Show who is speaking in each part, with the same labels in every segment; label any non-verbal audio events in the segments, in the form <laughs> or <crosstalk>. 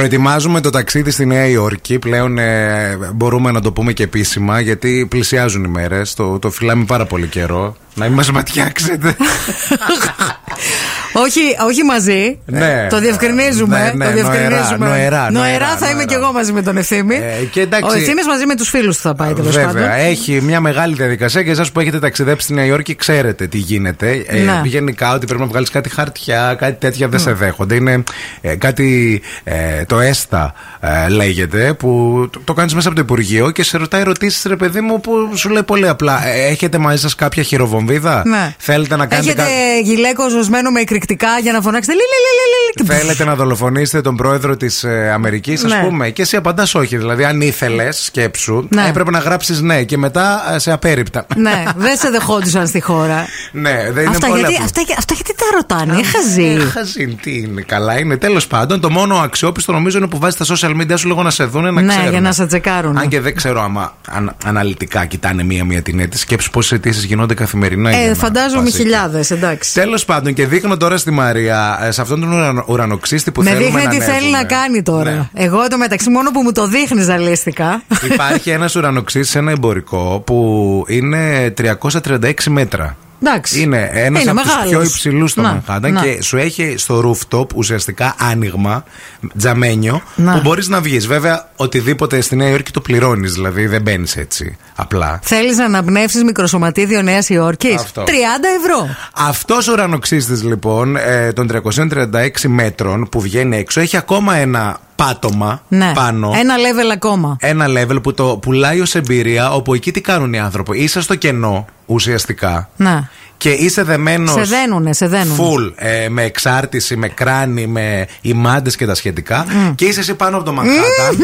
Speaker 1: Προετοιμάζουμε το ταξίδι στη Νέα Υόρκη. Πλέον ε, μπορούμε να το πούμε και επίσημα, γιατί πλησιάζουν οι μέρες. Το, το φυλάμε πάρα πολύ καιρό. Να μην μας ματιάξετε.
Speaker 2: όχι, όχι μαζί.
Speaker 1: Ναι.
Speaker 2: το διευκρινίζουμε.
Speaker 1: Ναι, ναι,
Speaker 2: το διευκρινίζουμε.
Speaker 1: νοερά, νοερά, νοερά,
Speaker 2: θα είμαι
Speaker 1: νοερά.
Speaker 2: κι εγώ μαζί με τον Ευθύμη.
Speaker 1: Ε, και εντάξει.
Speaker 2: Ο Ευθύμης μαζί με τους φίλους του θα πάει τέλος πάντων.
Speaker 1: Βέβαια, ε, έχει μια μεγάλη διαδικασία και εσάς που έχετε ταξιδέψει στη Νέα Υόρκη, ξέρετε τι γίνεται. Ε,
Speaker 2: Ναι.
Speaker 1: γενικά, ότι πρέπει να βγάλεις κάτι χαρτιά, κάτι τέτοια δεν σε δέχονται. Είναι ε, κάτι. ε, το έστα ε, λέγεται, που το, το κάνεις μέσα από το Υπουργείο και σε ρωτάει ερωτήσει, ρε παιδί μου, που σου λέει πολύ απλά. «Ε, Έχετε μαζί σας κάποια χειροβομβίδα,
Speaker 2: Ναι.
Speaker 1: θέλετε να κάνετε.
Speaker 2: Έχετε
Speaker 1: κά-
Speaker 2: γυλαίκο ζωσμένο με εκρηκτικά για να φωνάξετε. Λι, λι, λι, λι, λι, και
Speaker 1: Θέλετε να δολοφονήσετε τον πρόεδρο της ε, Αμερικής, ας
Speaker 2: Ναι.
Speaker 1: πούμε. Και εσύ απαντάς όχι. Δηλαδή, αν ήθελες, σκέψου,
Speaker 2: Ναι.
Speaker 1: έπρεπε να γράψεις ναι. Και μετά ε, σε απέριπτα.
Speaker 2: ναι, δεν σε δεχόντουσαν στη χώρα.
Speaker 1: <laughs> Ναι, δεν <laughs>
Speaker 2: Αυτά
Speaker 1: είναι πολλά.
Speaker 2: γιατί,
Speaker 1: που-
Speaker 2: αυτά, αυτά γιατί τα ρωτάνε, χαζή.
Speaker 1: Ε, χαζή, τι είναι, καλά είναι. Τέλος πάντων, το μόνο αξιόπιστο νομίζω είναι που βάζεις τα social media σου λίγο να σε δούνε να
Speaker 2: Ναι,
Speaker 1: ξέρουν.
Speaker 2: για να σε τσεκάρουν.
Speaker 1: Αν και δεν ξέρω άμα ανα- αναλυτικά κοιτάνε μία-μία την αίτηση. Σκέψου πόσες αιτήσεις γινόνται καθημερινά. για
Speaker 2: Ε,
Speaker 1: να
Speaker 2: φαντάζομαι
Speaker 1: πας εκεί.
Speaker 2: χιλιάδες, εντάξει.
Speaker 1: Τέλος πάντων, και δείχνω τώρα στη Μαρία, ε, σε αυτόν τον ουρανο, ουρανοξύστη που
Speaker 2: Με
Speaker 1: θέλουμε
Speaker 2: δείχνει
Speaker 1: να
Speaker 2: τι θέλει
Speaker 1: ανέβουμε.
Speaker 2: να κάνει τώρα.
Speaker 1: Ναι.
Speaker 2: Εγώ το μεταξύ, μόνο που μου το δείχνει ζαλίστηκα.
Speaker 1: Υπάρχει ένας ουρανοξύστη, ένα εμπορικό, που είναι 336 μέτρα.
Speaker 2: Εντάξει.
Speaker 1: Είναι ένας
Speaker 2: Είναι
Speaker 1: από τους
Speaker 2: μεγάλος.
Speaker 1: πιο υψηλούς στο
Speaker 2: Να,
Speaker 1: Manhattan
Speaker 2: να.
Speaker 1: και σου έχει στο rooftop ουσιαστικά άνοιγμα, τζαμένιο,
Speaker 2: Να.
Speaker 1: που μπορείς να βγεις. Βέβαια, οτιδήποτε στη Νέα Υόρκη το πληρώνεις, δηλαδή δεν μπαίνεις έτσι απλά.
Speaker 2: Θέλεις να αναπνεύσεις μικροσωματίδιο Νέας Υόρκης. 30
Speaker 1: Αυτό.
Speaker 2: ευρώ.
Speaker 1: Αυτός ο ουρανοξύστης λοιπόν ε, των 336 μέτρων που βγαίνει έξω έχει ακόμα ένα πάτωμα
Speaker 2: Ναι.
Speaker 1: πάνω.
Speaker 2: Ένα level ακόμα.
Speaker 1: ένα level που το πουλάει ως εμπειρία, όπου εκεί τι κάνουν οι άνθρωποι. Είσαι στο κενό ουσιαστικά.
Speaker 2: Να.
Speaker 1: Και είσαι δεμένος.
Speaker 2: Ναι. Σε δένουνε, σε δένουνε.
Speaker 1: Ε, Full. ε, με εξάρτηση, με κράνη, με ημάντε και τα σχετικά. Και είσαι εσύ πάνω από το
Speaker 2: <laughs>
Speaker 1: Manhattan.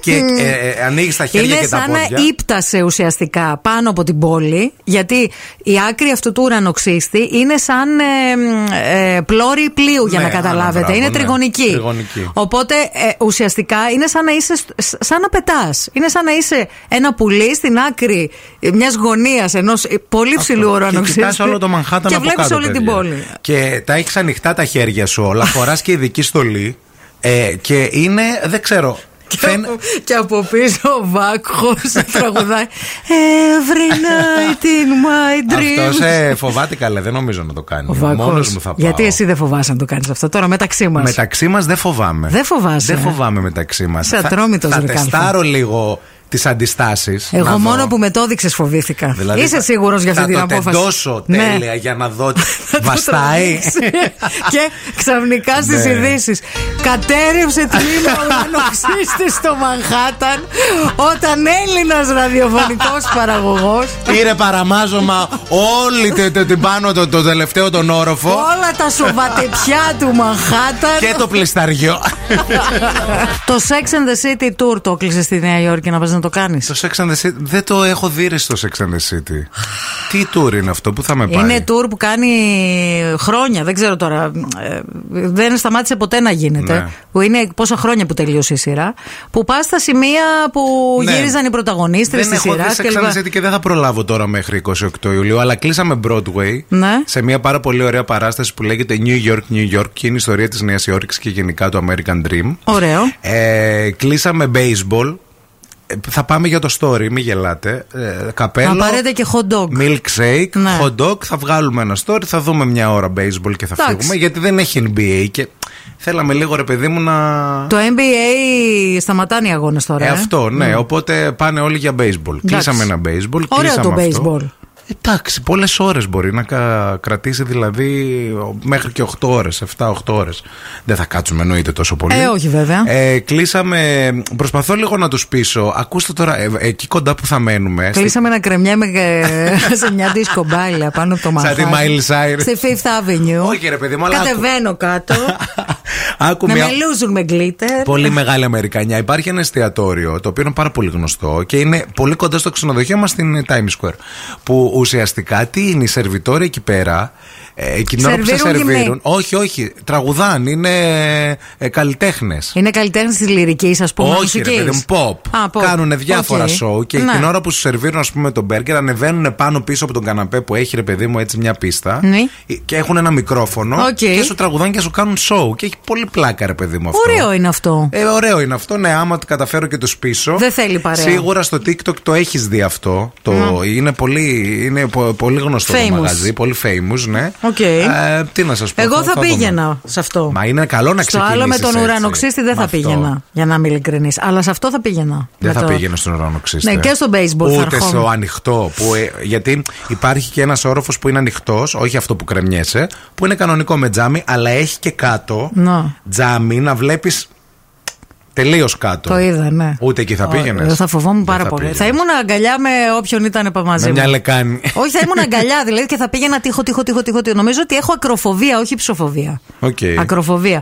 Speaker 1: και ε, ανοίγεις τα χέρια
Speaker 2: Είναι
Speaker 1: και τα
Speaker 2: σαν
Speaker 1: πόδια.
Speaker 2: να ύπτασε ουσιαστικά πάνω από την πόλη, γιατί η άκρη αυτού του ουρανοξύστη είναι σαν ε, μ, ε, πλώρη πλοίου, για
Speaker 1: Ναι,
Speaker 2: να καταλάβετε.
Speaker 1: α, μπράβο,
Speaker 2: είναι
Speaker 1: ναι.
Speaker 2: τριγωνική.
Speaker 1: Τριγωνική.
Speaker 2: Οπότε ε, ουσιαστικά είναι σαν να είσαι, σ- σ- σαν να πετάς. Είναι σαν να είσαι ένα πουλί στην άκρη μιας γωνίας ενός πολύ ψηλού
Speaker 1: Και
Speaker 2: ουρανοξύστη.
Speaker 1: κοιτάς όλο το Manhattan
Speaker 2: Και
Speaker 1: από
Speaker 2: βλέπεις
Speaker 1: κάτω,
Speaker 2: όλη την
Speaker 1: παιδιά.
Speaker 2: πόλη.
Speaker 1: Και τα έχεις ανοιχτά τα χέρια σου όλα.
Speaker 2: <laughs>
Speaker 1: Φοράς και ειδική στολή. Ε, και είναι, δεν ξέρω.
Speaker 2: Και
Speaker 1: φαίν-
Speaker 2: από- <laughs> Και από πίσω ο Βάκχος
Speaker 1: <laughs>
Speaker 2: τραγουδάει Every night in my dreams.
Speaker 1: Αυτός ε, φοβάται καλά, δεν νομίζω να το κάνει.
Speaker 2: Ο Βάκος.
Speaker 1: Μόνος μου θα πάω.
Speaker 2: Γιατί εσύ δεν φοβάσαι να το κάνεις αυτό τώρα μεταξύ μας.
Speaker 1: Μεταξύ μας δεν φοβάμαι.
Speaker 2: Δεν φοβάσαι,
Speaker 1: Δεν
Speaker 2: ε.
Speaker 1: φοβάμαι μεταξύ μας.
Speaker 2: Είσαι ατρόμητος,
Speaker 1: Θα, θα
Speaker 2: ρε, Κάλφα.
Speaker 1: τεστάρω λίγο τις αντιστάσεις.
Speaker 2: Εγώ μόνο που με το δείξε φοβήθηκα. Είσαι σίγουρος για αυτή την
Speaker 1: Δηλαδή, Θα
Speaker 2: απόφαση.
Speaker 1: το τεντώσω
Speaker 2: Ναι.
Speaker 1: τέλεια για να δω. τι
Speaker 2: <laughs> Θα το
Speaker 1: Βαστάει.
Speaker 2: τραβήξεις. <laughs>
Speaker 1: <laughs>
Speaker 2: και ξαφνικά στις
Speaker 1: Ναι.
Speaker 2: ειδήσεις. Κατέρευσε τμήμα ουρανοξύστη στο Μανχάταν όταν Έλληνας ραδιοφωνικός
Speaker 1: <laughs>
Speaker 2: παραγωγός.
Speaker 1: Πήρε παραμάζωμα όλη τε- τε- την πάνω το, το τελευταίο τον όροφο
Speaker 2: Όλα τα σοβατεπιά του Μανχάταν.
Speaker 1: και το πλεισταριό.
Speaker 2: Το Sex and the City Tour το κλείσε στη Νέα Υόρκη να πας να το κάνεις.
Speaker 1: το Sex and the City. Δεν το έχω δει ρε στο Sex and the City. Τι tour είναι αυτό που θα με πάει.
Speaker 2: Είναι tour που κάνει χρόνια, δεν ξέρω τώρα. ε, δεν σταμάτησε ποτέ να γίνεται.
Speaker 1: Ναι.
Speaker 2: Που είναι πόσα χρόνια που τελείωσε η σειρά. Που πας στα σημεία που
Speaker 1: Ναι.
Speaker 2: γύριζαν οι πρωταγωνίστρες
Speaker 1: Δεν
Speaker 2: τη
Speaker 1: έχω δει
Speaker 2: σειρά
Speaker 1: Sex and the City και δεν θα προλάβω τώρα μέχρι 28 Ιουλίου, αλλά κλείσαμε Broadway
Speaker 2: Ναι.
Speaker 1: σε μια πάρα πολύ ωραία παράσταση που λέγεται New York, New York και είναι η ιστορία της Νέας Υόρκης και γενικά του American Dream.
Speaker 2: Ωραίο.
Speaker 1: Ε, κλείσαμε baseball. Ε, θα πάμε για το story, μην γελάτε. Ε, καπέλο.
Speaker 2: Να πάρετε και hot dog.
Speaker 1: Milkshake,
Speaker 2: Ναι.
Speaker 1: hot dog, θα βγάλουμε ένα story, θα δούμε μια ώρα baseball και θα
Speaker 2: Εντάξει.
Speaker 1: φύγουμε. Γιατί δεν έχει NBA και θέλαμε λίγο ρε παιδί μου να.
Speaker 2: Το NBA σταματάνε οι αγώνες τώρα.
Speaker 1: Ε, αυτό, ναι. Οπότε πάνε όλοι για baseball. Κλείσαμε ένα baseball.
Speaker 2: Ωραίο
Speaker 1: κλείσαμε
Speaker 2: το
Speaker 1: αυτό.
Speaker 2: baseball.
Speaker 1: Εντάξει, πολλές ώρες μπορεί να κα- κρατήσει δηλαδή μέχρι και 8 ώρε, 7-8 ώρες. Δεν θα κάτσουμε εννοείται τόσο πολύ.
Speaker 2: Ε, όχι, βέβαια.
Speaker 1: Ε, κλείσαμε. Προσπαθώ λίγο να τους πείσω. Ακούστε τώρα, ε, εκεί κοντά που θα μένουμε. στη-
Speaker 2: Κλείσαμε να κρεμιάμε ε, <laughs> σε μια disco μπάλια πάνω από το
Speaker 1: Σαν
Speaker 2: Manhattan.
Speaker 1: τη Miley Cyrus.
Speaker 2: Στη Fifth Avenue.
Speaker 1: Όχι, ρε παιδί μου, αλλά άκου.
Speaker 2: Κατεβαίνω κάτω.
Speaker 1: <laughs> Άκου
Speaker 2: να
Speaker 1: μια-
Speaker 2: με λούζουν με γκλίτερ.
Speaker 1: Πολύ μεγάλη Αμερικανιά. Υπάρχει ένα εστιατόριο το οποίο είναι πάρα πολύ γνωστό και είναι πολύ κοντά στο ξενοδοχείο μας στην Times Square. Που ουσιαστικά τι είναι η σερβιτόρια εκεί πέρα. ε, Εκείνη την ώρα που σε
Speaker 2: Σερβίρουν γυμνή.
Speaker 1: σερβίρουν. Όχι, όχι. Τραγουδάν. Είναι καλλιτέχνες.
Speaker 2: Είναι καλλιτέχνη της λυρικής, ας πούμε.
Speaker 1: Όχι, ρε
Speaker 2: μουσικής.
Speaker 1: παιδί μου, pop.
Speaker 2: Α, pop.
Speaker 1: Κάνουν διάφορα
Speaker 2: Οκ.
Speaker 1: σοου και
Speaker 2: Ναι.
Speaker 1: την ώρα που σου σερβίρουν, ας πούμε, τον μπέργκερ, ανεβαίνουν πάνω πίσω από τον καναπέ που έχει, ρε παιδί μου, έτσι μια πίστα.
Speaker 2: Ναι.
Speaker 1: Και έχουν ένα μικρόφωνο
Speaker 2: Οκ.
Speaker 1: και σου τραγουδάνε και σου κάνουν σοου. Και έχει πολύ πλάκα, ρε παιδί μου αυτό.
Speaker 2: Ωραίο είναι αυτό.
Speaker 1: Ε, ωραίο είναι αυτό, ναι. Άμα το καταφέρω και τους πίσω.
Speaker 2: Δεν θέλει παρέα.
Speaker 1: Σίγουρα στο TikTok το έχεις δει αυτό. Το, Είναι, πολύ, είναι πο- πολύ γνωστό
Speaker 2: Famous.
Speaker 1: το μαγαζί. Πολύ famous, ναι.
Speaker 2: Οκ.
Speaker 1: Ε, τι να σας πω.
Speaker 2: Εγώ θα,
Speaker 1: δούμε.
Speaker 2: πήγαινα σε αυτό.
Speaker 1: Μα είναι καλό να
Speaker 2: στο
Speaker 1: ξεκινήσει.
Speaker 2: άλλο με τον ουρανοξύστη δεν θα πήγαινα. Για να είμαι ειλικρινής. Αλλά σε αυτό θα πήγαινα.
Speaker 1: Δεν
Speaker 2: Με
Speaker 1: θα
Speaker 2: το-
Speaker 1: πήγαινε στον ουρανοξύστη.
Speaker 2: Ναι, και στο baseball θα
Speaker 1: Ούτε
Speaker 2: ερχόμουν.
Speaker 1: στο ανοιχτό. Που, ε, γιατί υπάρχει και ένας όροφος που είναι ανοιχτός, όχι αυτό που κρεμιέσαι, που είναι κανονικό με τζάμι, αλλά έχει και κάτω
Speaker 2: Να.
Speaker 1: τζάμι να βλέπεις τελείως κάτω.
Speaker 2: Το είδα, ναι.
Speaker 1: Ούτε εκεί θα
Speaker 2: Ω,
Speaker 1: πήγαινε.
Speaker 2: Θα φοβόμουν πάρα πολύ. Θα ήμουν αγκαλιά με όποιον ήταν επα- μαζί
Speaker 1: με
Speaker 2: μου.
Speaker 1: μια λεκάνη.
Speaker 2: Όχι, θα ήμουν αγκαλιά δηλαδή και θα πήγαινα τείχο, τείχο, τείχο, τείχο. Νομίζω ότι έχω ακροφοβία, όχι ψοφοβία.
Speaker 1: Οκ.
Speaker 2: Ακροφοβία.